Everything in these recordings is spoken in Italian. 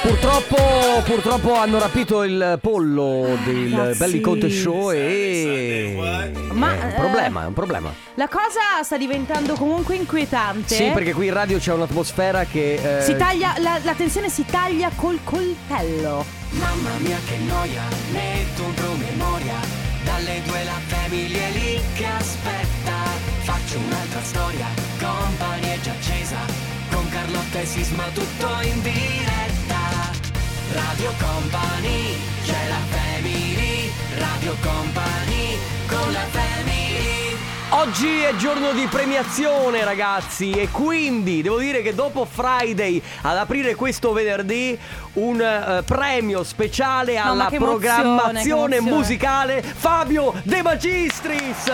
Purtroppo, purtroppo hanno rapito il pollo del ragazzi. Belli Conte Show e... Ma, è un eh, problema, è un problema. La cosa sta diventando comunque inquietante. Sì, perché qui in radio c'è un'atmosfera che... eh, Si taglia, la, la tensione si taglia col coltello. Mamma mia che noia, metto un promemoria Dalle due la famiglia è lì che aspetta Faccio un'altra storia, company è già accesa Con Carlotta e Sisma tutto in diretta Radio Company, c'è la family Radio Company, con la family Oggi è giorno di premiazione ragazzi e quindi devo dire che dopo Friday ad aprire questo venerdì un eh, premio speciale ma alla che emozione, programmazione che emozione. musicale Fabio De Magistris.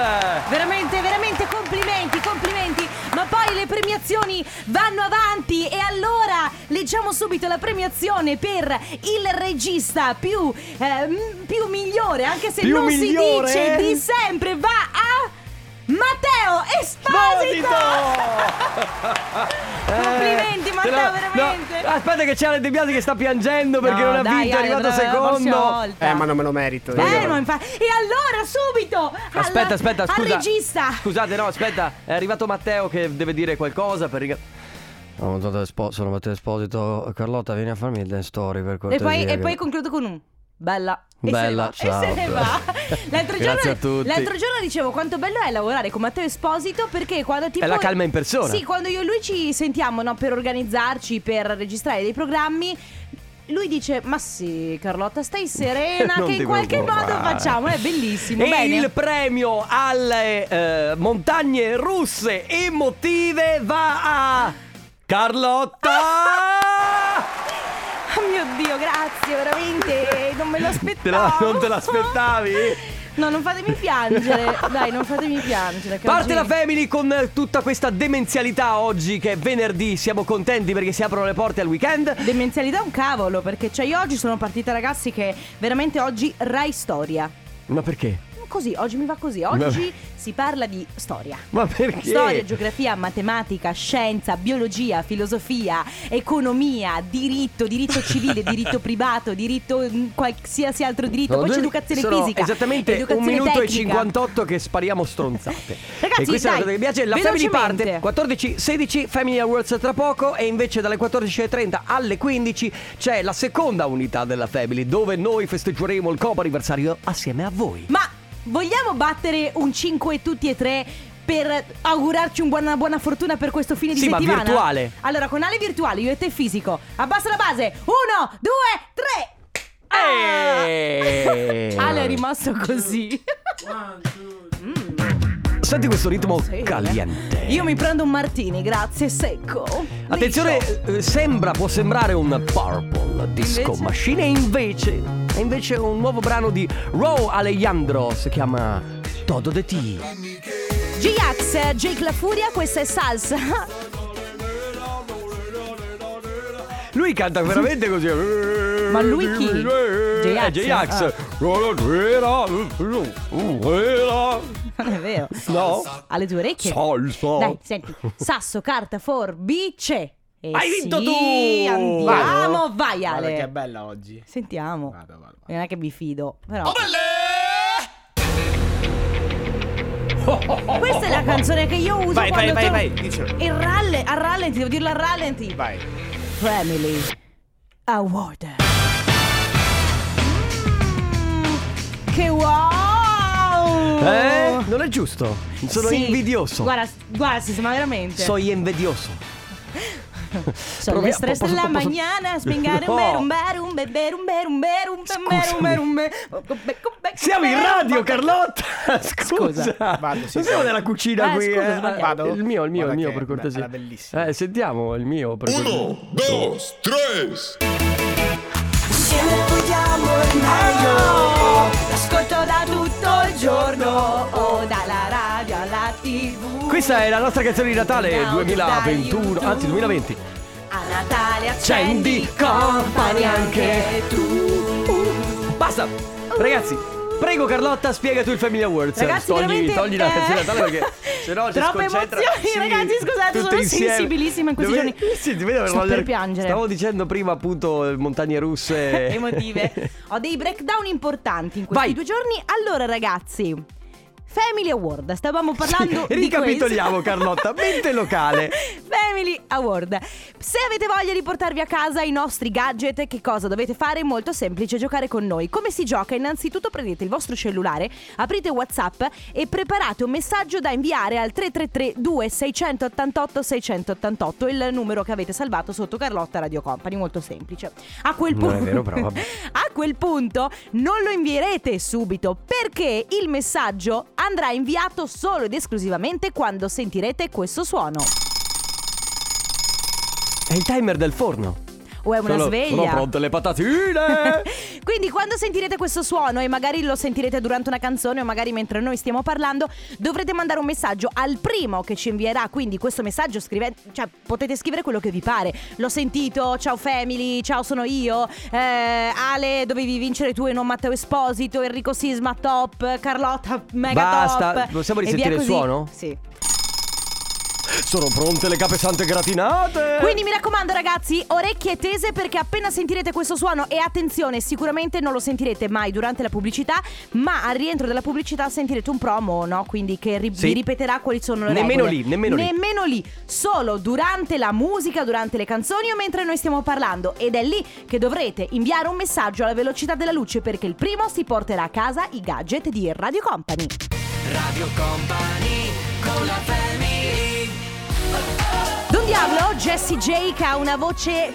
Veramente, veramente complimenti, complimenti. Ma poi le premiazioni vanno avanti e allora leggiamo subito la premiazione per il regista più, eh, m- più migliore, anche se Più non migliore? si dice di sempre, va a Matteo Esposito. Complimenti, Eh, Matteo, te la- veramente. no, aspetta che c'è Ale De Biasi che sta piangendo perché No, non ha dai, vinto, è Ale, arrivato doveva- la prossima secondo. volta. Eh, ma non me lo merito. io. Eh, ma infatti. E allora subito! alla- Aspetta, aspetta, scusa. Al regista! Scusate, no, aspetta, è arrivato Matteo che deve dire qualcosa per riga- Sono Matteo Espo- sono Matteo Esposito. Carlotta, vieni a farmi il dance story per E cortesia. poi, e che- poi concludo con un. Bella. E se Bella, ne va. E ciao. se ne va. L'altro giorno, Grazie a tutti. l'altro giorno dicevo quanto bello è lavorare con Matteo Esposito perché quando tipo... È la calma in persona. Sì, quando io e lui ci sentiamo no, per organizzarci, per registrare dei programmi... Lui dice, ma sì Carlotta, stai serena, Non che ti in qualche modo preoccupare. facciamo, è bellissimo. E Bene. il premio alle eh, montagne russe emotive va a Carlotta! Oh mio Dio, grazie, veramente, non me lo Te la- aspettavo. non te l'aspettavi? No, non fatemi piangere, dai, non fatemi piangere. che Parte la oggi- family con eh, tutta questa demenzialità oggi che è venerdì, siamo contenti perché si aprono le porte al weekend. Demenzialità è un cavolo, perché cioè io oggi sono partita ragazzi che veramente oggi Rai Storia. Ma perché? Così, oggi mi va così, oggi si parla di storia. Ma perché? Storia, geografia, matematica, scienza, biologia, filosofia, economia, diritto, diritto civile, diritto privato, diritto mh, qualsiasi altro diritto, Sono poi c'è due- educazione sono fisica. Esattamente educazione un minuto e tecnica. 58 che spariamo stronzate. Ragazzi, e questa è la cosa dai, che mi piace. La family velocemente. parte 14-16 Family Awards tra poco e invece dalle 14.30 alle 15 c'è la seconda unità della family dove noi festeggeremo il copo anniversario assieme a voi. Ma vogliamo battere un 5 tutti e tre per augurarci un buona, buona fortuna per questo fine di Sì, ma settimana? virtuale. Allora, con Ale virtuale, io e te fisico. Abbassa la base. Uno, due, tre. Eeeh. Ah! Ale è rimasto così. Senti questo ritmo Sì. Oh, eh. caliente. Io mi prendo un martini, grazie, secco. Attenzione, Liscio. eh, sembra, può sembrare un Purple Disco Invece? Machine e invece, è invece un nuovo brano di Row Alejandro, si chiama Todo de ti. G-Ax, eh, Jake La Furia, questa è salsa. Lui canta veramente così. Eh, Ma lui chi? J-Ax? Ah. non è vero. No. Alle tue orecchie. Salsa. Dai, senti. Sasso, carta, forbice. E Hai vinto sì, tu! Andiamo, vai Guarda che è Ale. bella oggi. Sentiamo. Vado, vado, vado. Non è che mi fido, però. Questa è la canzone che io uso Vai, quando vai, vai, torno- vai, dicelo. Il ralle- al rallenti, devo dirlo al rallenti. Vai. Family Award. Mm, che wow! Eh? Non è giusto. Sono Sì. invidioso. Guarda, guarda, sì, ma veramente. Soy envidioso. Sono Provi- le stress posso- della posso- mañana, spingare un No. berum berum be- berum berum berum be- Scusami. berum berum be- oh, Siamo in radio, Carlotta. Scusa. Vado, sì, non siamo vai. nella cucina Eh, qui. scusa, eh. sbagliavo. Vado? Il mio, il mio, il Guarda mio, che per cortesia. bella, bellissima. Eh, sentiamo il mio, per cortesia. Uno, dos, tres. Ascolto da tutto il giorno, o dalla radio alla tv. Questa è la nostra canzone di Natale Now 2021, dai, anzi 2020. A Natale Accendi accendi company company anche anche tu. Basta! Ragazzi, prego Carlotta, spiega tu il Family Awards. Uh. Ragazzi, togli, veramente, togli la eh. canzone di Natale perché Se no ci Troppe sconcentra- emozioni, Sì, ragazzi, scusate, tutte sono insieme. sensibilissima in questi Dove- giorni. Sì, ti vedo per Sto per voler- piangere. Stavo dicendo prima appunto eh, montagne russe emotive. Ho dei breakdown importanti in questi Vai. due giorni. Allora, ragazzi. Family Award, stavamo parlando Sì, di ricapitoliamo, questo. Carlotta, mente locale. Family Award. Se avete voglia di portarvi a casa i nostri gadget, che cosa dovete fare? È molto semplice, giocare con noi. Come si gioca? Innanzitutto prendete il vostro cellulare, aprite WhatsApp e preparate un messaggio da inviare al 333 2688 688, il numero che avete salvato sotto Carlotta Radio Company, molto semplice. A quel Non è punto vero, però vabbè. a quel punto non lo invierete subito perché il messaggio andrà inviato solo ed esclusivamente quando sentirete questo suono. È il timer del forno. O è una Sono- sveglia. Sono pronte le patatine. Quindi quando sentirete questo suono e magari lo sentirete durante una canzone o magari mentre noi stiamo parlando, dovrete mandare un messaggio al primo che ci invierà. Quindi questo messaggio scrivete, cioè potete scrivere quello che vi pare. L'ho sentito, ciao family, ciao sono io, eh, Ale dovevi vincere tu e non Matteo Esposito, Enrico Sisma top, Carlotta mega Basta, top. possiamo e via risentire il così. suono? Sì. sono pronte le capesante gratinate. Quindi mi raccomando ragazzi, orecchie tese perché appena sentirete questo suono e attenzione, sicuramente non lo sentirete mai durante la pubblicità, ma al rientro della pubblicità sentirete un promo, no? Quindi che ri- Sì. vi ripeterà quali sono le Nemmeno regole. lì, nemmeno lì. Nemmeno lì, solo durante la musica, durante le canzoni o mentre noi stiamo parlando ed è lì che dovrete inviare un messaggio alla velocità della luce perché il primo si porterà a casa i gadget di Radio Company. Radio Company con la family Don Diablo, Jesse Jake ha una voce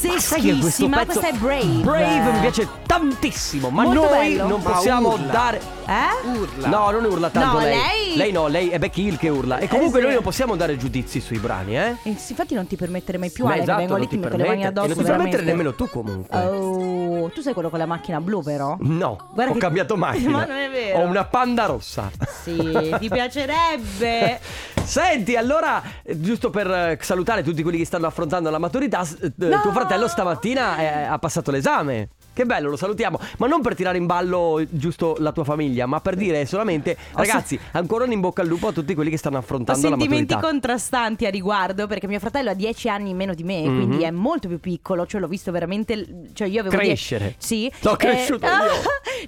pazzeschissima. Questa è Brave. Brave mi piace tantissimo, ma Molto noi bello. non Ma possiamo urla. dare Eh? No, non urla tanto No, lei. lei- Eh, no, lei è Becky Hill che urla. E comunque sì. noi non possiamo dare giudizi sui brani, eh? Eh, sì, infatti non ti permettere mai più Ma Ale che esatto, vengo lì non ti ti metto le mani permettere. addosso E non ti permettere veramente. nemmeno tu comunque. Oh, tu sei quello con la macchina blu però No, Guarda ho che- cambiato macchina. Ma non è vero. Ho una panda rossa. Sì, ti piacerebbe Senti, allora, eh, giusto per eh, salutare tutti quelli che stanno affrontando la maturità, s- eh, No. tuo fratello stamattina eh, ha passato l'esame. Che bello, lo salutiamo. Ma non per tirare in ballo giusto la tua famiglia, ma per dire solamente, ragazzi, ancora un in bocca al lupo a tutti quelli che stanno Ho affrontando la sentimenti maturità. contrastanti a riguardo perché mio fratello ha 10 anni in meno di Mhm. me, quindi è molto più piccolo, cioè l'ho visto veramente, cioè io avevo Crescere. 10 Sì. Eh, L'ho cresciuto io.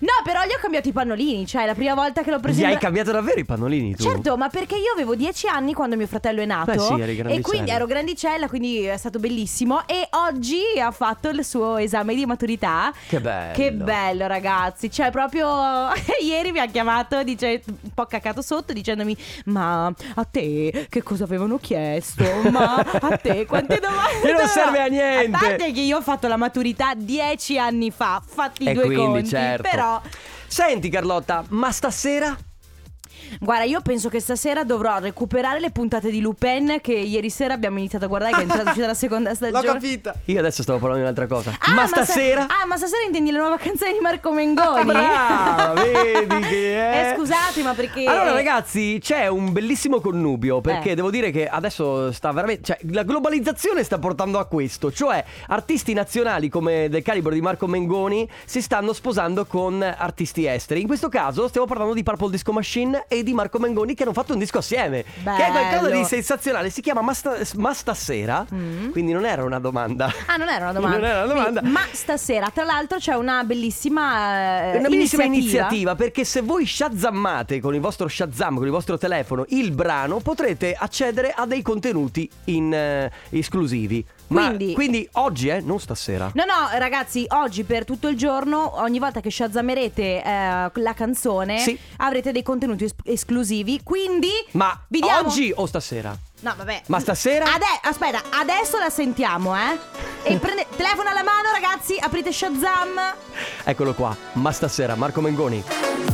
No, però gli ho cambiato i pannolini, cioè è la prima volta che l'ho preso Gli in hai bra- cambiato davvero i pannolini tu? Certo, ma perché io avevo 10 anni quando mio fratello è nato Beh, sì, eri e grandicella. quindi ero grandicella, quindi è stato bellissimo e oggi ha fatto il suo esame di maturità. Che bello. Che bello, ragazzi. Cioè, proprio ieri mi ha chiamato, dice un po' caccato sotto dicendomi "Ma a te che cosa avevano chiesto? Ma a te quante domande?" Che non avevano?" serve a niente. A parte che io ho fatto la maturità 10 anni fa, fatti i E due quindi, conti, certo. però Senti Carlotta, ma stasera? Guarda, io penso che stasera dovrò recuperare le puntate di Lupin che ieri sera abbiamo iniziato a guardare, che è entrata uscita la seconda stagione. Io adesso stavo parlando di un'altra cosa. Ah, ma sta- stasera? Ah, ah, ma stasera intendi la nuova canzone di Marco Mengoni? Brava, vedi che è. Eh, scusate, ma perché. Allora, ragazzi, c'è un bellissimo connubio. Perché Eh. devo dire che adesso sta veramente. Cioè, la globalizzazione sta portando a questo. Cioè, artisti nazionali come del calibro di Marco Mengoni si stanno sposando con artisti esteri. In questo caso stiamo parlando di Purple Disco Machine e di Marco Mengoni che hanno fatto un disco assieme. Che è qualcosa Bello. Mm. di sensazionale. Si chiama Ma, sta- Ma stasera. Quindi non era una domanda. Ah, non era una domanda. Non era una domanda. Quindi, ma stasera, tra l'altro, c'è una bellissima. eh, È una bellissima iniziativa. iniziativa. perché se voi shazzammate con il vostro Shazam, con il vostro telefono, il brano, potrete accedere a dei contenuti in, eh, esclusivi. Ma Quindi- quindi, oggi, eh, non stasera. No, no, ragazzi, oggi per tutto il giorno, ogni volta che shazzamerete eh, la canzone, Sì. avrete dei contenuti es- esclusivi. Quindi, Ma vi diamo- oggi o stasera? No, vabbè. Ma stasera? Ade- aspetta, adesso la sentiamo, eh. E prende telefono alla mano, ragazzi, aprite Shazam. Eccolo qua, ma stasera, Marco Mengoni.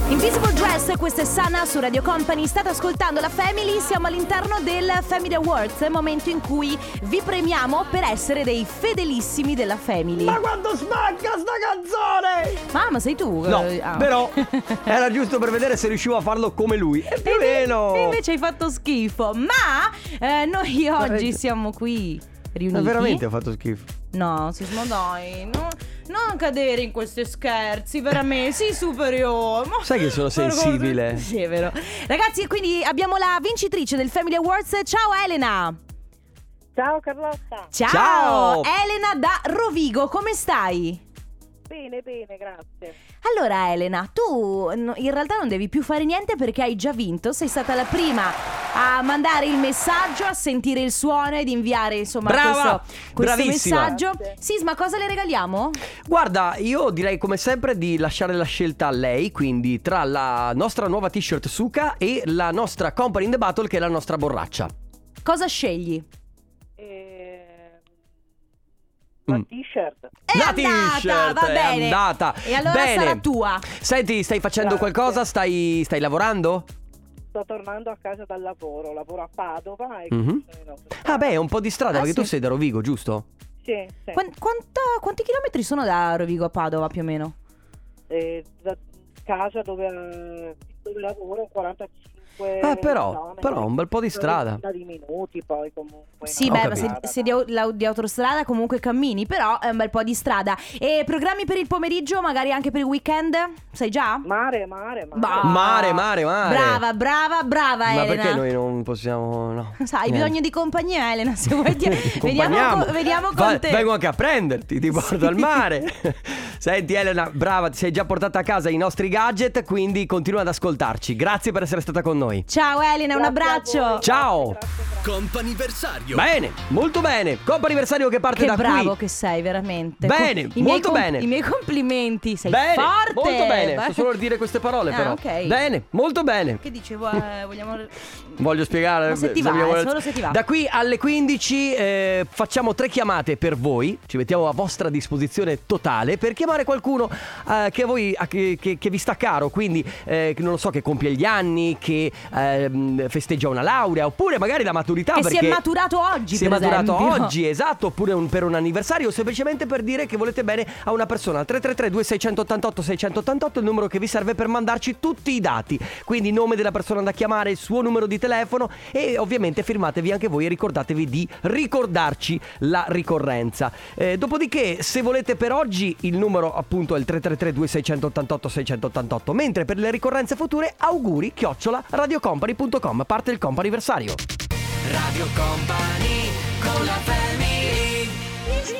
Invisible Dress, questa è Sana su Radio Company. State ascoltando la Family, siamo all'interno del Family Awards, momento in cui vi premiamo per essere dei fedelissimi della Family. quando smacca sta canzone! Mamma, sei tu? No, Eh, ah. però era giusto per vedere se riuscivo a farlo come lui. E più o E meno. e invece hai fatto schifo, ma eh, noi oggi siamo qui riuniti. Ma veramente ho fatto schifo. No, Sismo, dai. no. Non cadere in questi scherzi, veramente. Sii superiore. Ma- Sai che sono sensibile. Sì, è vero. Ragazzi, quindi abbiamo la vincitrice del Family Awards. Ciao Elena. Ciao Carlotta. Ciao. Ciao. Elena da Rovigo, come stai? Bene, bene, grazie. Allora Elena, tu no, in realtà non devi più fare niente perché hai già vinto, sei stata la prima a mandare il messaggio, a sentire il suono ed inviare insomma Brava, questo, questo bravissima. messaggio. Grazie. Sisma, cosa le regaliamo? Guarda, io direi come sempre di lasciare la scelta a lei, quindi tra la nostra nuova t-shirt Suka e la nostra Company in the Battle che è la nostra borraccia. Cosa scegli? Ehm, La Mm. t-shirt. È la andata, t-shirt va è bene. andata. E allora Bene. sarà tua. Senti, stai facendo Grazie. qualcosa? Stai, stai lavorando? Sto tornando a casa dal lavoro, lavoro a Padova e Mhm. sono in autostrada. Ah beh, è un po' di strada Ah, perché sì. tu sei da Rovigo, giusto? Sì, sì. Quan- quanta- quanti chilometri sono da Rovigo a Padova più o meno? Eh, da casa dove, eh, dove lavoro 45 Ah, però- chilometri. però un bel po' di strada. 30 di minuti poi comunque. Sì, Ho beh, ma capito. se, se di, au- la- di autostrada comunque cammini, però è un bel po' di strada. E programmi per il pomeriggio, magari anche per il weekend? Sai già? Mare, mare, mare. Bah. Mare, mare, mare. Brava, brava, brava Ma Elena. perché noi non possiamo no? Sai, hai Niente. bisogno di compagnia, Elena. Se vuoi, ti- vediamo, Accompagniamo. co- vediamo con Va- te. Vengo anche a prenderti, ti porto Sì. al mare. Senti Elena, brava, ti sei già portata a casa i nostri gadget, quindi continua ad ascoltarci. Grazie per essere stata con noi. Ciao, Elena, un Grazie a abbraccio. voi, Ciao. grazie, grazie, grazie. Bene, molto bene. Coppa anniversario che parte Che da bravo qui. che sei, veramente. Bene, I miei molto bene. I miei complimenti, sei Bene, forte. molto bene. Va- Sto solo a dire queste parole Ah, però. ok. Bene, molto bene. Che dicevo, eh, vogliamo... Voglio spiegare. Ma se ti va, dobbiamo- eh, solo se ti va. Da qui alle 15 eh, facciamo tre chiamate per voi. Ci mettiamo a vostra disposizione totale per chiamare qualcuno eh, che, a voi, a che, che- che vi sta caro. Quindi, eh, che non lo so, che compie gli anni, che ehm, festeggia una laurea, oppure magari la maturità. Che si perché è maturato oggi, Si è per maturato esempio. oggi, esatto. Oppure un- per un anniversario, o semplicemente per dire che volete bene a una persona. 333-2688-688 è il numero che vi serve per mandarci tutti i dati. Quindi nome della persona da chiamare, il suo numero di telefono e ovviamente firmatevi anche voi e ricordatevi di ricordarci la ricorrenza. Eh, dopodiché, se volete per oggi, il numero appunto è il 333-2688-688. Mentre per le ricorrenze future, auguri chiocciola radiocompany.com. Parte il comp anniversario.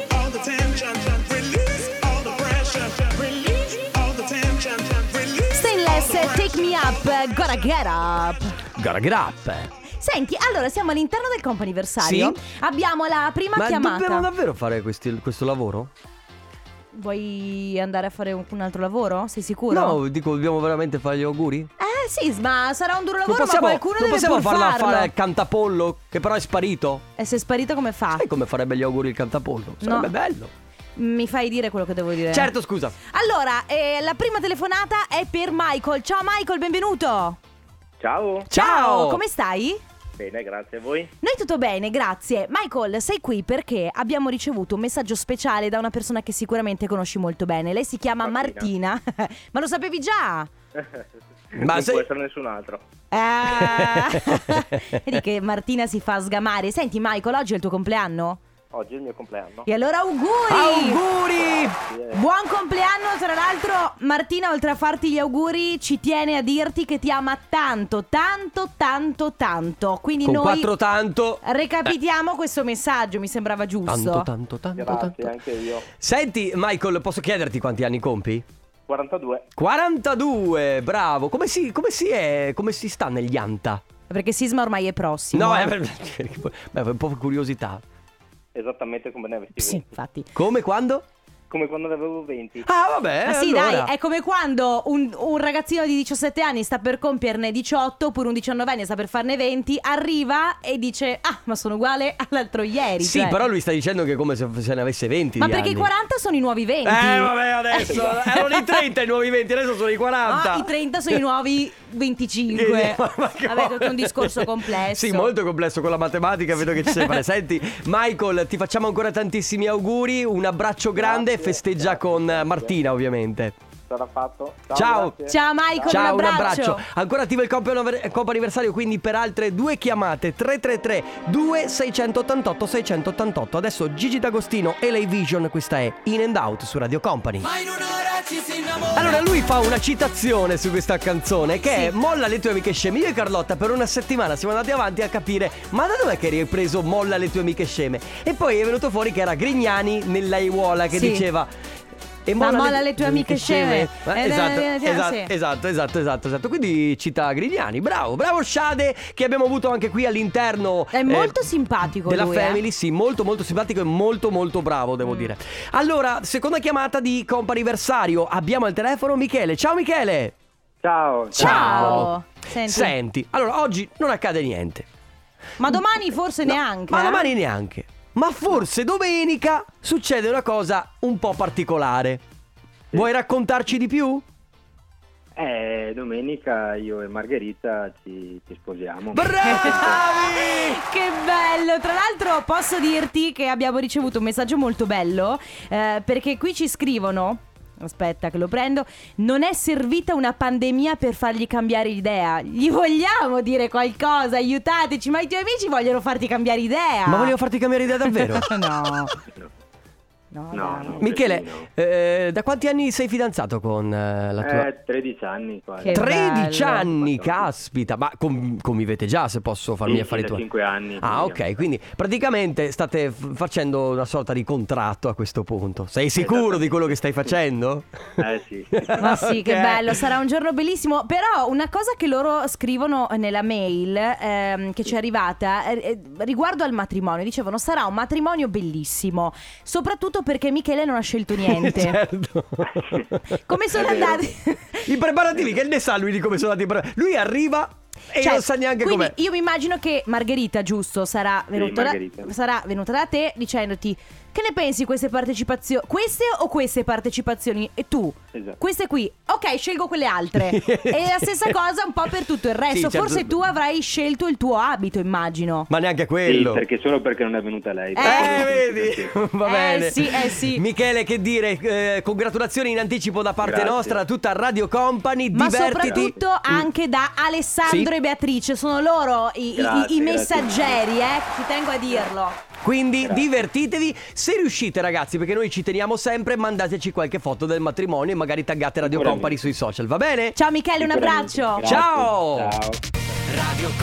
all the tension, release all the pressure, release all the tension, release. Stainless, take me up, gotta get up. Gara grappe. Senti, allora siamo all'interno del Sì. comp'anniversario. Abbiamo la prima Ma chiamata. dobbiamo davvero fare questi- questo lavoro? Vuoi andare a fare un, un altro lavoro? Sei sicuro? No, dico, dobbiamo veramente fare gli auguri? Eh sì, ma sarà un duro Non lavoro, possiamo, ma qualcuno non deve possiamo pur farla farlo. fare al cantapollo, che però è sparito. E se è sparito come fa? Sai come farebbe gli auguri il cantapollo? Sarebbe No. Eh. bello. Mi fai dire quello che devo dire. Certo, scusa. Allora, eh, la prima telefonata è per Michael. Ciao Michael, benvenuto. Ciao, Ciao. come stai? bene, grazie a voi. Noi tutto bene, grazie. Michael, sei qui perché abbiamo ricevuto un messaggio speciale da una persona che sicuramente conosci molto bene. Lei si chiama Martina. Martina. ma lo sapevi già? Ma non sei- può essere nessun altro. Eh, Vedi che Martina si fa sgamare. Senti, Michael, oggi è il tuo compleanno? Oggi è il mio compleanno. E allora auguri! Auguri! Buon compleanno, tra l'altro Martina oltre a farti gli auguri ci tiene a dirti che ti ama tanto, tanto, tanto, tanto. Quindi Con noi Eh, quattro tanto. recapitiamo questo messaggio, mi sembrava Tanto, giusto. tanto, tanto, Grazie, tanto. anche io. Senti, Michael, posso chiederti quanti anni compi? 42. 42, bravo. Come si, come si è? Come si sta negli anta? Perché Sisma ormai è prossimo. No, eh. è beh, un po' curiosità. Esattamente come ne avessi Sì, 20. infatti. Come, quando? Come quando ne avevo 20. Ah, vabbè. Ma sì, allora. dai, è come quando un, un ragazzino di 17 anni sta per compierne 18, oppure un 19enne sta per farne 20, arriva e dice: Ah, ma sono uguale all'altro ieri. Sì, cioè. però lui sta dicendo che è come se, se ne avesse 20 Ma di perché i anni. 40 sono i nuovi 20? Eh vabbè adesso Erano i 30 i nuovi 20 Adesso sono i 40 Ah, i 30 sono i nuovi 25. Ma- ma che- Vabbè, tutto un discorso complesso. Sì, molto complesso con la matematica, vedo che ci sei fare. Senti, Michael, ti facciamo ancora tantissimi auguri, un abbraccio grande e Grazie, festeggia grazie, con eh, grazie. Martina, ovviamente. Sarà fatto. Ciao. grazie. Ciao Michael, Ciao, un abbraccio. Ancora attivo il compito anniver- compo anniversario, quindi per altre due chiamate 333 2688 688. Adesso Gigi D'Agostino e Lei Vision, questa è In and Out su Radio Company. Allora lui fa una citazione su questa canzone che è Molla le tue amiche sceme. Io e Carlotta per una settimana siamo andati avanti a capire ma da dov'è che hai ripreso Molla le tue amiche sceme? E poi è venuto fuori che era Grignani nell'aiuola che Sì. diceva e Ma molla le tue amiche sceme. Eh, Eh, esatto, eh, eh, eh, esatto, sì. esatto, esatto, esatto, esatto. Quindi cita Grignani, bravo, bravo Shade che abbiamo avuto anche qui all'interno. È molto simpatico Eh, Della lui, eh. Mm. Family, sì, molto molto simpatico e molto molto bravo, devo dire. Allora, seconda chiamata di comp'anniversario, abbiamo al telefono Michele. Ciao Michele! Ciao. Ciao. Senti. Senti, allora oggi non accade niente. Ma domani forse No, neanche. Ma eh? domani neanche. Ma forse domenica succede una cosa un po' particolare. Vuoi raccontarci di più? Eh, domenica io e Margherita ci, ci sposiamo. Bravi! Che bello! Tra l'altro posso dirti che abbiamo ricevuto un messaggio molto bello eh, perché qui ci scrivono Aspetta che lo prendo. Non è servita una pandemia per fargli cambiare idea. Gli vogliamo dire qualcosa, aiutateci, ma i tuoi amici vogliono farti cambiare idea. Ma volevo farti cambiare idea davvero. Ah. no. No, No, dai. no, Michele, Berlino. eh, da quanti anni sei fidanzato con eh, la tua... Eh, 13 anni quasi. Che 13 bello. anni, caspita, ma con- convivete già se posso farmi Sì, affari sì, da tuoi. cinque anni. Ah, ok, quindi praticamente state f- facendo una sorta di contratto a questo punto. Sei sicuro di quello che stai facendo? Esatto. Eh, sì, sì, sì. Ma sì, che Ok. bello, sarà un giorno bellissimo. Però una cosa che loro scrivono eh, nella mail ehm, che ci è arrivata eh, eh, riguardo al matrimonio, dicevano sarà un matrimonio bellissimo, soprattutto perché Michele non ha scelto niente. certo. Come sono È vero. andati? I preparativi, che ne sa lui di come sono andati i preparativi? Lui arriva e Cioè, non sa neanche quindi com'è. io mi immagino che Margherita, giusto, sarà venuta, da, Margherita. sarà venuta da te dicendoti che ne pensi queste partecipazioni, queste o queste partecipazioni? E tu, Esatto. queste qui, ok, scelgo quelle altre. e la stessa cosa un po' per tutto il resto. Sì, certo. Forse tu avrai scelto il tuo abito, immagino. Ma neanche Sì, quello. perché solo perché non è venuta lei. Eh, Eh, vedi, va Eh, bene. sì, eh, sì. Michele, che dire, eh, congratulazioni in anticipo da parte Grazie. nostra, da tutta Radio Company. Ma Divertiti. Mm. soprattutto anche da Alessandro Sì. e Beatrice, sono loro i, i- Grazie, i grazie. messaggeri, eh, ci tengo a dirlo. Quindi Grazie. divertitevi. Se riuscite, ragazzi, perché noi ci teniamo sempre, mandateci qualche foto del matrimonio e magari taggate Radio Sicuramente. Company sui social, va bene? Ciao Michele, un Sicuramente. abbraccio. Grazie. Ciao. Ciao.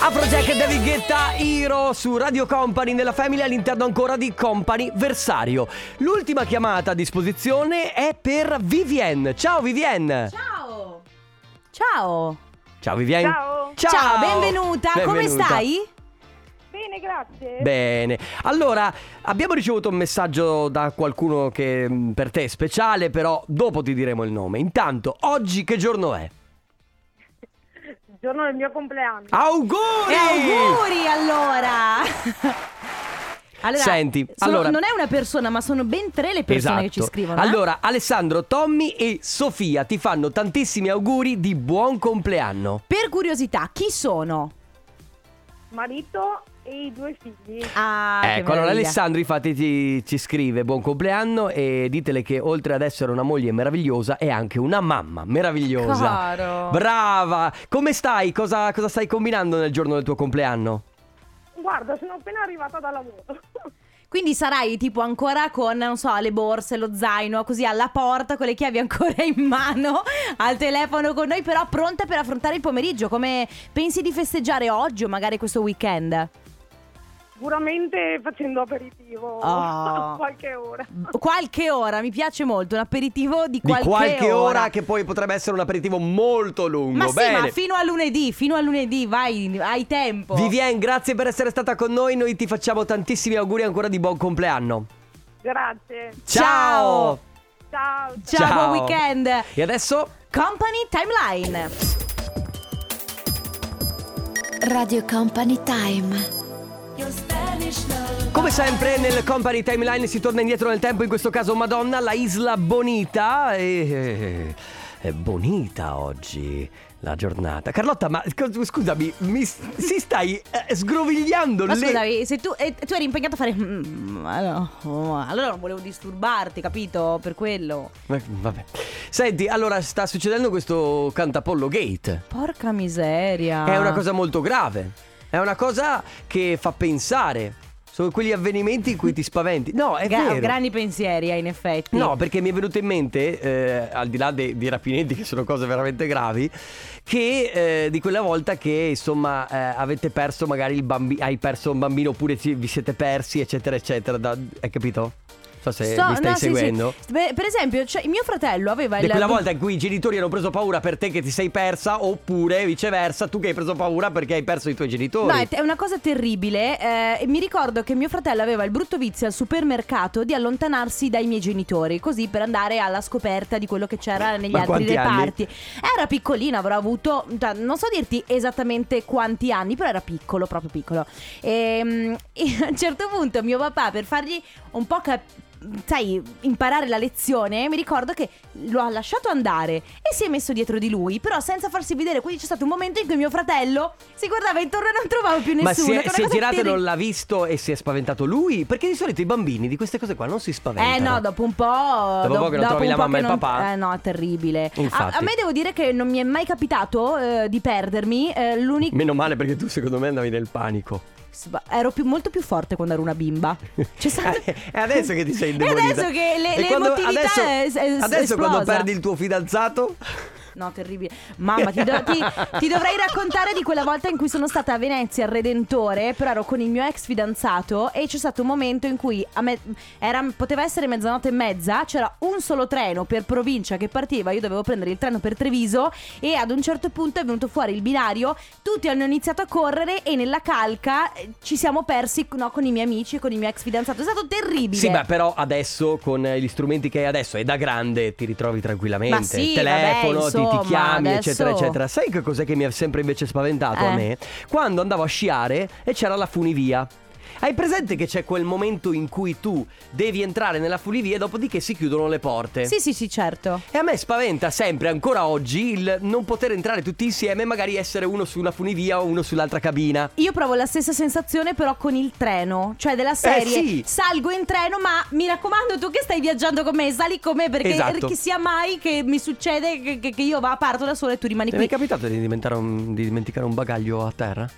Afrojack e David Guetta Hero su Radio Company nella Family all'interno ancora di Company Versario. L'ultima chiamata a disposizione è per Vivienne. Ciao Vivienne. Ciao. Ciao. Ciao Vivienne. Ciao. Ciao, benvenuta. Come Benvenuta. stai? Bene, grazie. Bene, allora abbiamo ricevuto un messaggio da qualcuno che mh, per te è speciale, però dopo ti diremo il nome. Intanto, oggi che giorno è? Il giorno del mio compleanno. Ah. Auguri! E auguri allora. Allora, Senti, sono- allora- non è una persona, ma sono ben tre le persone Esatto. che ci scrivono. eh? Allora, Alessandro, Tommy e Sofia ti fanno tantissimi auguri di buon compleanno. Per curiosità, chi sono? Marito e i due figli. Ah, che ecco, allora meraviglia. Alessandro infatti ti- ci scrive buon compleanno e ditele che oltre ad essere una moglie meravigliosa è anche una mamma meravigliosa. Caro. Brava! Come stai? Cosa, cosa stai combinando nel giorno del tuo compleanno? Guarda, sono appena arrivata da lavoro. Quindi sarai tipo ancora con, non so, le borse, lo zaino, così alla porta, con le chiavi ancora in mano, al telefono con noi, però pronta per affrontare il pomeriggio. Come pensi di festeggiare oggi o magari questo weekend? Sicuramente facendo aperitivo Ah. qualche ora. Qualche ora, mi piace molto, un aperitivo di Di qualche, ora. che poi potrebbe essere un aperitivo molto lungo. Ma sì, Bene. ma fino a lunedì, fino a lunedì, vai, hai tempo. Vivienne, grazie per essere stata con noi. Noi ti facciamo tantissimi auguri ancora di buon compleanno. Grazie. Ciao! Ciao! Ciao. Ciao, buon weekend. E adesso Company Timeline. Radio Company Time. Come sempre nel Company Timeline si torna indietro nel tempo, in questo caso Madonna, la Isla Bonita e... eh, bonita oggi la giornata. Carlotta, ma co- scusami, mi s- si stai eh, sgrovigliando Ma le- scusami, se tu, eh, tu eri impegnato a fare. "Mm, allora, oh, allora non volevo disturbarti, capito? Per quello. Ma- Vabbè. Senti, allora sta succedendo questo cantapollo gate. Porca miseria. È una cosa molto grave. È una cosa che fa pensare. Sono quegli avvenimenti in cui ti spaventi. No, è Gra- vero. Grandi pensieri, eh, in effetti. No, perché mi è venuto in mente, eh, al di là dei, dei rapimenti che sono cose veramente gravi, che eh, di quella volta che insomma eh, avete perso magari il bambino, hai perso un bambino oppure ci- vi siete persi eccetera eccetera, da- hai capito? Non so se So- mi stai no, sì, seguendo. sì. Beh, per esempio, cioè, mio fratello aveva Di il. quella volta in cui i genitori hanno preso paura per te che ti sei persa oppure viceversa tu che hai preso paura perché hai perso i tuoi genitori. No, è, è una cosa terribile. eh, e mi ricordo che mio fratello aveva il brutto vizio al supermercato di allontanarsi dai miei genitori, così per andare alla scoperta di quello che c'era negli Ma altri quanti anni? reparti. Era piccolino, avrà avuto, cioè, non so dirti esattamente quanti anni, però era piccolo, proprio piccolo. Ehm, E, a un certo punto mio papà, per fargli un po' capire. Sai, imparare la lezione, mi ricordo che lo ha lasciato andare e si è messo dietro di lui, però senza farsi vedere. Quindi c'è stato un momento in cui mio fratello si guardava intorno e non trovava più Ma nessuno. si che è, una si è cosa girato e terri- non l'ha visto e si è spaventato lui? Perché di solito i bambini di queste cose qua non si Eh spaventano. no, dopo un po'. Dopo, un po' che non trovi un la po' mamma che e il non- papà. Eh no, è terribile. A, Infatti. a me devo dire che non mi è mai capitato eh, di perdermi. eh, l'unico. Meno male perché tu secondo me andavi nel panico. Ero più- molto più forte quando ero una bimba. C'è stato- È Eh, adesso che ti sei E indebolita. adesso che le, E le quando- emotività adesso, es- es- adesso quando esplosa. perdi il tuo fidanzato No, terribile. Mamma, ti, do- ti- ti dovrei raccontare di quella volta in cui sono stata a Venezia al Redentore, però ero con il mio ex fidanzato e c'è stato un momento in cui a me- era- poteva essere mezzanotte e mezza, c'era un solo treno per provincia che partiva, io dovevo prendere il treno per Treviso e ad un certo punto è venuto fuori il binario, tutti hanno iniziato a correre e nella calca eh, ci siamo persi no, con i miei amici e con il mio ex fidanzato. È stato terribile. Sì ma però adesso Con gli strumenti che hai adesso E da grande ti ritrovi tranquillamente Ma sì, Il Telefono vabbè, ti- ti, insomma, chiami adesso- eccetera eccetera Sai che cos'è che mi ha sempre invece spaventato a Eh. me? Quando andavo a sciare E c'era la funivia hai presente che c'è quel momento in cui tu devi entrare nella funivia e dopodiché si chiudono le porte? Sì, sì, sì, certo. E a me spaventa sempre, ancora oggi, il non poter entrare tutti insieme e magari essere uno su una funivia o uno sull'altra cabina. Io provo la stessa sensazione però con il treno, cioè della serie Eh, sì. salgo in treno ma mi raccomando tu che stai viaggiando con me sali con me perché Esatto. chi sia mai che mi succede che, che- che io va, parto da sola e tu rimani Ti è qui. mai capitato di, diventare un- di dimenticare un bagaglio a terra?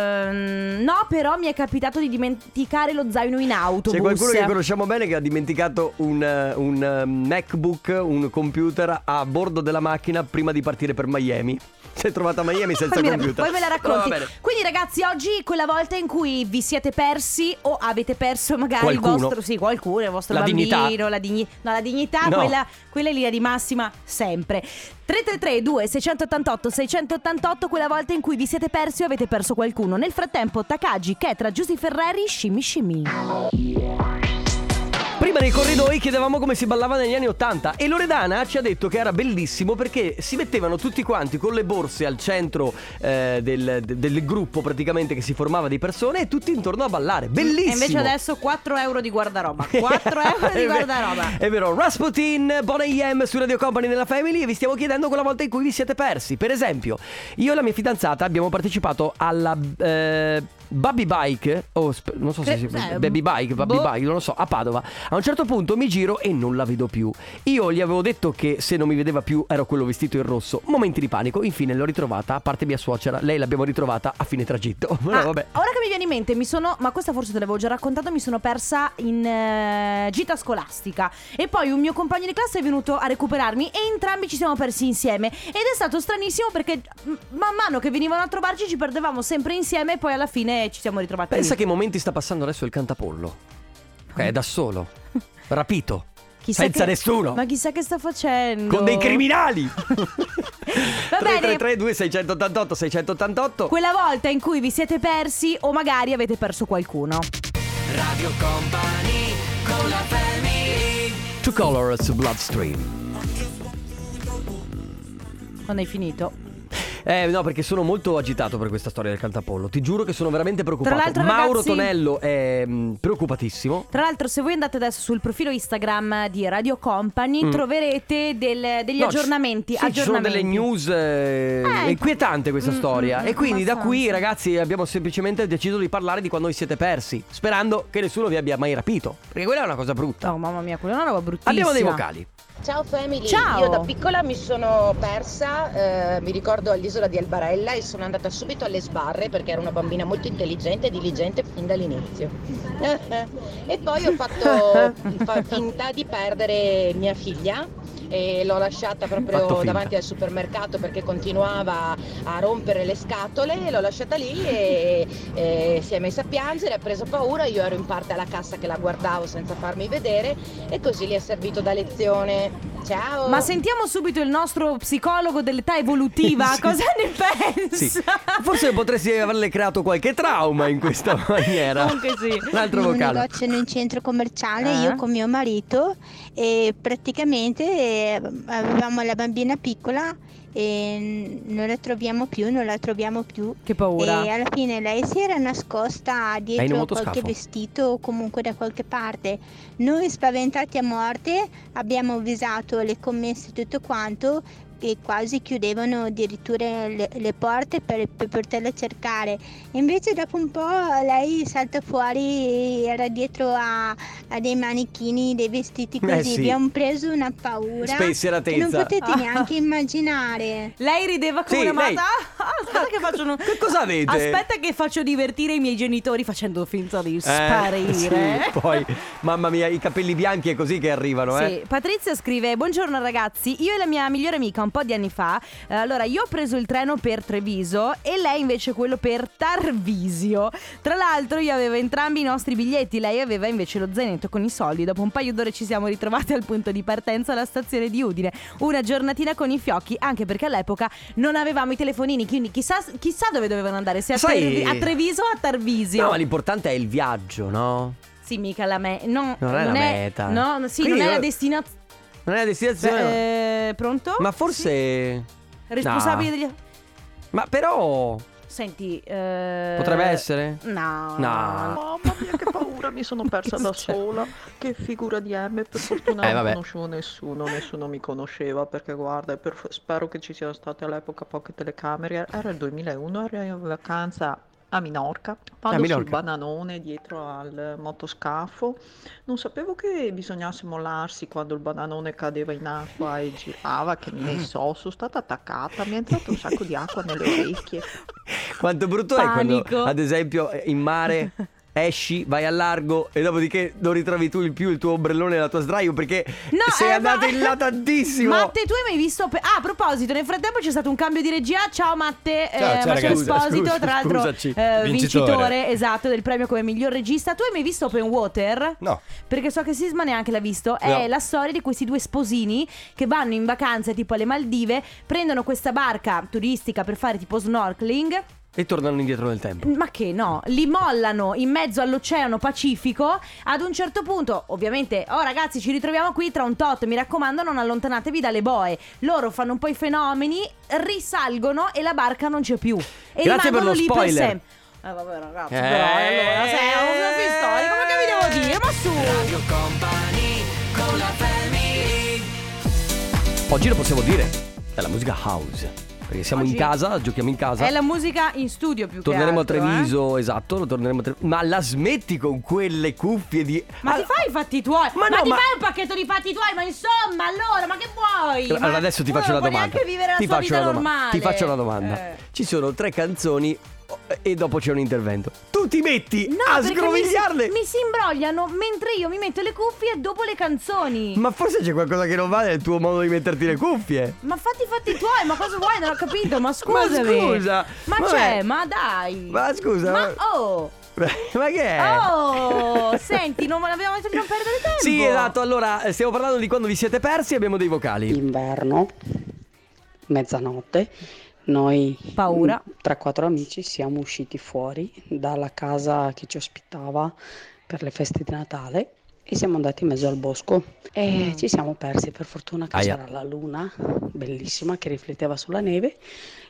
Ehm, no però mi è capitato di dimenticare lo zaino in autobus. C'è qualcuno che conosciamo bene che ha dimenticato un, eh, un, eh, MacBook, un computer a bordo della macchina prima di partire per Miami. Si è trovata a Miami senza Poi mi- computer. Poi me la Però va racconti. bene. Quindi, ragazzi, oggi quella volta in cui vi siete persi o avete perso magari Qualcuno. il vostro. Sì, qualcuno, il vostro La bambino, dignità. la dignità. No, la dignità, No. quella, quella è linea di massima sempre. 333 2688 688 quella volta in cui vi siete persi o avete perso qualcuno. Nel frattempo, Takagi, Ketra, Giusy Ferreri, Shimmy Shimmy. Prima nei corridoi chiedevamo come si ballava negli anni 80 e Loredana ci ha detto che era bellissimo perché si mettevano tutti quanti con le borse al centro eh, del, de- del gruppo praticamente che si formava di persone e tutti intorno a ballare. Bellissimo! E invece adesso 4 euro di guardaroba. 4 euro È di ve- guardaroba. È vero, Rasputin, Bon AM su Radio Company nella Family e vi stiamo chiedendo quella volta in cui vi siete persi. Per esempio, io e la mia fidanzata abbiamo partecipato alla eh, Baby Bike, o sp- non so se Cre- si eh, Baby Bike, Baby boh. Bike, non lo so, a Padova. A un certo punto mi giro e non la vedo più. Io gli avevo detto che se non mi vedeva più ero quello vestito in rosso. Momenti di panico, infine l'ho ritrovata, a parte mia suocera, lei l'abbiamo ritrovata a fine tragitto. Ma Ah, vabbè. Ora che mi viene in mente, mi sono. Ma questa forse te l'avevo già raccontata. Mi sono persa in eh, gita scolastica. E poi un mio compagno di classe è venuto a recuperarmi. E entrambi ci siamo persi insieme. Ed è stato stranissimo perché mm, man mano che venivano a trovarci, ci perdevamo sempre insieme. E poi alla fine ci siamo ritrovati. Pensa lì. che momenti sta passando adesso il cantapollo. Ok, è da solo. Rapito. Chissà senza che- nessuno. Ma chissà che sta facendo. Con dei criminali. Va bene. 333 688 688 Quella volta in cui vi siete persi o magari avete perso qualcuno. Radio Company con la Two Colors Bloodstream. Quando hai finito. Eh, no, perché sono molto agitato per questa storia del cantapollo. Ti giuro che sono veramente preoccupato. Tra l'altro, Mauro ragazzi- Tonello è mm, preoccupatissimo. Tra l'altro, se voi andate adesso sul profilo Instagram di Radio Company, Mm. troverete del- degli No, ci- aggiornamenti. Sì, ci sono delle aggiornamenti. news eh, Eh. è inquietante questa Mm, storia. mm, mm, e quindi da qui, abbastanza. ragazzi, abbiamo semplicemente deciso di parlare di quando vi siete persi, sperando che nessuno vi abbia mai rapito. Perché quella è una cosa brutta. Oh, mamma mia, quella è una roba bruttissima. Abbiamo dei vocali. Ciao family, Ciao. io da piccola mi sono persa, eh, mi ricordo all'isola di Albarella e sono andata subito alle sbarre perché ero una bambina molto intelligente e diligente fin dall'inizio. e poi ho fatto fa- finta di perdere mia figlia e l'ho lasciata Fatto proprio finta. davanti al supermercato perché continuava a rompere le scatole, l'ho lasciata lì e, e si è messa a piangere, ha preso paura, io ero in parte alla cassa che la guardavo senza farmi vedere e così gli è servito da lezione. Ciao! Ma sentiamo subito il nostro psicologo dell'età evolutiva. Sì. Cosa ne pensa? Sì. Forse potresti averle creato qualche trauma in questa maniera. Comunque sì. Un altro in un vocale. negozio in un centro commerciale Ah. io con mio marito e praticamente eh, avevamo la bambina piccola e non la troviamo più, non la troviamo più. Che paura. E alla fine lei si era nascosta È in dietro un a qualche motoscafo. vestito o comunque da qualche parte. Noi spaventati a morte abbiamo avvisato le commesse e tutto quanto e quasi chiudevano addirittura le, le porte per, per poterla cercare. Invece dopo un po' lei salta fuori, era dietro a, a dei manichini, dei vestiti Eh, così. sì. Abbiamo preso una paura che non Spensieratezza. potete neanche immaginare. Lei rideva come Sì, una lei- mata. Ah, Aspetta che faccio un- Che cosa avete? Aspetta che faccio divertire i miei genitori facendo finta di Eh, sparire. sì, poi, mamma mia, i capelli bianchi è così che arrivano, eh. Sì, Patrizia scrive: Buongiorno ragazzi, io e la mia migliore amica un po' di anni fa. eh, allora, io ho preso il treno per Treviso e lei invece quello per Tarvisio. Tra l'altro, io avevo entrambi i nostri biglietti, lei aveva invece lo zainetto con i soldi. Dopo un paio d'ore ci siamo ritrovate al punto di partenza alla stazione di Udine. Una giornatina con i fiocchi, anche perché all'epoca non avevamo i telefonini, quindi chissà, chissà dove dovevano andare, se a, Sai- Trevi- a Treviso o a Tarvisio. No, ma l'importante è il viaggio, no? Sì, mica la me. No, Non è la meta. No, no, sì, Quindi non è la io- destinazione. Non è la destinazione. ma- Eh, pronto? ma forse. Sì. Responsabile No. degli. Ma però. Senti. eh, Potrebbe essere? No. No. Oh, Mamma mia che paura, mi sono persa da Cioè- sola. Che figura di M, per fortuna Eh, non vabbè. conoscevo nessuno, nessuno mi conosceva perché guarda, e per- spero che ci siano state all'epoca poche telecamere. Era il 2001, ero in vacanza a Minorca, vado sul Minorca. bananone dietro al motoscafo. Non sapevo che bisognasse mollarsi quando il bananone cadeva in acqua e girava, che ne Ah. so, sono stata attaccata, mi è entrato un sacco di acqua nelle orecchie. Quanto brutto è Panico. quando, ad esempio, eh, in mare. Esci, vai al largo e dopodiché non ritrovi tu il più il tuo ombrellone e la tua sdraio perché No, sei eh, andato ma- in là tantissimo. Matte, tu hai mai visto. pe- Ah, a proposito, nel frattempo c'è stato un cambio di regia. Ciao, Matte. Eh, Ciao, ciao, Matteo ragazzi. Esposito, Scusa, tra l'altro, scusaci. eh, vincitore. Vincitore. esatto del premio come miglior regista. Tu hai mai visto Open Water? No. Perché so che Sisma neanche l'ha visto. È No. la storia di questi due sposini che vanno in vacanza tipo alle Maldive, prendono questa barca turistica per fare tipo snorkeling. E tornano indietro nel tempo. Ma che no, li mollano in mezzo all'oceano Pacifico. Ad un certo punto, ovviamente, oh ragazzi, ci ritroviamo qui tra un tot. Mi raccomando, non allontanatevi dalle boe. Loro fanno un po' i fenomeni, risalgono e la barca non c'è più. E Grazie per rimangono lo lì per spoiler. sempre. Eh vabbè ragazzi, Eh. però eh, allora se è un film storico, ma che vi devo dire? Ma su! Oggi lo possiamo dire, è la musica house. Perché siamo Oggi- in casa, giochiamo in casa. È la musica in studio più Torneremo che altro, a eh. Treviso, esatto, lo torneremo a Treviso. Ma la smetti con quelle cuffie di. Ma Ah, ti fai i fatti tuoi? Ma Ma, no, ti ma- fai un pacchetto di fatti tuoi? Ma insomma, allora, ma che vuoi? Allora, Ma adesso ti uno faccio una non può domanda. neanche vivere la ti, sua faccio vita una doma- normale. ti faccio una domanda. Eh. Ci sono tre canzoni oh, e dopo c'è un intervento. Tu ti metti No, a perché mi sgrovigliarle. si- Mi, si imbrogliano mentre io mi metto le cuffie dopo le canzoni. Ma, Ma forse c'è qualcosa che non va nel tuo modo di metterti le cuffie. fatti i fatti tuoi, ma cosa vuoi? Non ho capito, ma Ma scusami. scusa, Ma vabbè. c'è, ma dai. Ma scusa, Ma ma- oh. Ma che è? Oh, senti, non abbiamo detto di non perdere tempo. Sì, esatto. Allora, eh, stiamo parlando di quando vi siete persi e abbiamo dei vocali. Inverno, mezzanotte, noi Paura. mm, tra quattro amici siamo usciti fuori dalla casa che ci ospitava per le feste di Natale e siamo andati in mezzo al bosco e ci siamo persi. Per fortuna che Aia. c'era la luna bellissima che rifletteva sulla neve.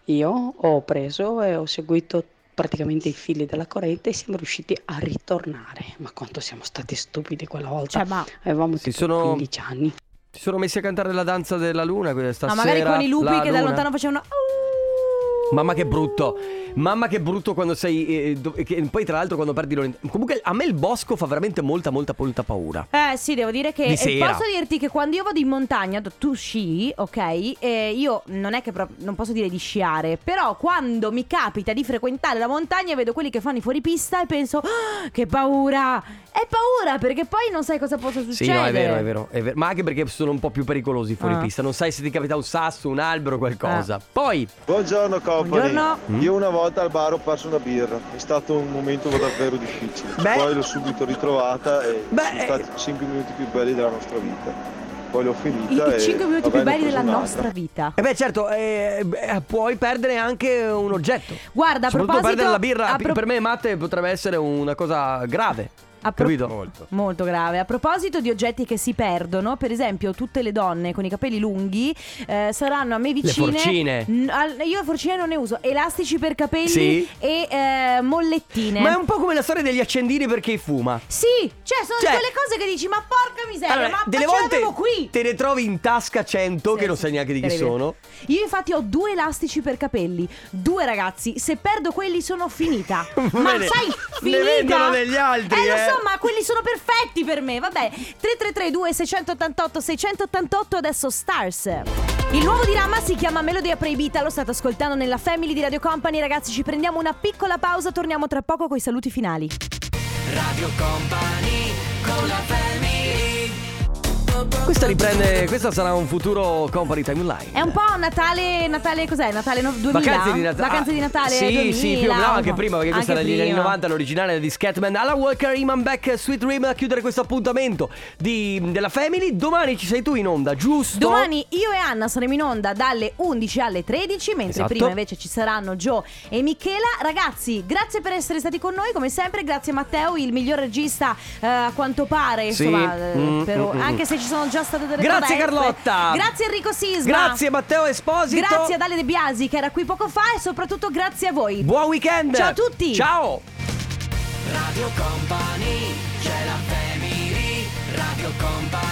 Io ho preso e ho seguito praticamente i fili della corrente e siamo riusciti a ritornare. Ma quanto siamo stati stupidi quella Cioè, volta! Avevamo tipo 15 anni. Si sono messi a cantare la danza della luna quella No, stasera. Ah, magari con i lupi la che da luna. lontano facevano. Mamma che brutto. Mamma che brutto quando sei... eh, do- che- poi tra l'altro quando perdi l'orientamento... Comunque a me il bosco fa veramente molta, molta, molta paura. Eh sì, devo dire che Di e sera. posso dirti che quando io vado in montagna, do- tu sci, ok? E io non è che pro- non posso dire di sciare, però quando mi capita di frequentare la montagna vedo quelli che fanno i fuoripista e penso "Ah, che paura! È paura perché poi non sai cosa possa Sì, succedere. no, è vero, è vero, è vero. Ma anche perché sono un po' più pericolosi fuori Ah. pista. Non sai se ti capita un sasso, un albero, qualcosa. Poi... Buongiorno company. Buongiorno. Io una volta al bar ho perso una birra, è stato un momento davvero difficile. Beh. Poi l'ho subito ritrovata e sono stati 5 minuti più belli della nostra vita. Poi l'ho finita I e 5 minuti vabbè, più ne ho belli preso della un'altra. nostra vita. E beh certo, eh, beh, puoi perdere anche un oggetto. Guarda, a Soprattutto proposito- perdere la birra, a pro- per me Matte potrebbe essere una cosa grave. A pro- capito? Molto grave. A proposito di oggetti che si perdono, per esempio, tutte le donne con i capelli lunghi eh, saranno a me vicine. forcine. N- al- io forcine non ne uso. Elastici per capelli Sì. e eh, mollettine. Ma è un po' come la storia degli accendini per chi fuma. Sì, cioè sono Cioè- quelle cose che dici, ma porca miseria, Allora, Eh, ma, ma delle ce volte l'avevo qui. te ne trovi in tasca 100 Sì, che non sì, sai neanche di chi terribile. sono. Io infatti ho due elastici per capelli. Due ragazzi, se perdo quelli sono finita. ma Bene. sai, Ne finita. vendono degli altri, Eh, lo eh. so, ma quelli sono perfetti per me. Vabbè, 3332 688 688 adesso Stars. Il nuovo dirama si chiama Melodia Proibita, lo state ascoltando nella Family di Radio Company. Ragazzi, ci prendiamo una piccola pausa, torniamo tra poco con i saluti finali. Radio Company con la family. Questa riprende, questa sarà un futuro company timeline. È un po' Natale, Natale cos'è? Natale no- 2000? Vacanze di Natale. Vacanze di Natale Sì, 2000. sì, più o meno anche un po'. prima, perché questa Anche era negli anni prima. 90, l'originale era di Scatman. Alla Walker, Iman Beck, Sweet Dream a chiudere questo appuntamento di- della Family. Domani ci sei tu in onda, giusto? Domani io e Anna saremo in onda dalle 11 alle 13, mentre Esatto. prima invece ci saranno Gio e Michela. Ragazzi, grazie per essere stati con noi, come sempre, grazie a Matteo, il miglior regista eh, a quanto pare, Sì. insomma, eh, Mm, per- mm, mm. anche se ci sono già state delle Grazie traverse. Carlotta. Grazie Enrico Sisma. Grazie Matteo Esposito. Grazie ad Ale De Biasi che era qui poco fa e soprattutto grazie a voi. Buon weekend. Ciao a tutti. Ciao. Radio Company, c'è la family. Radio Company.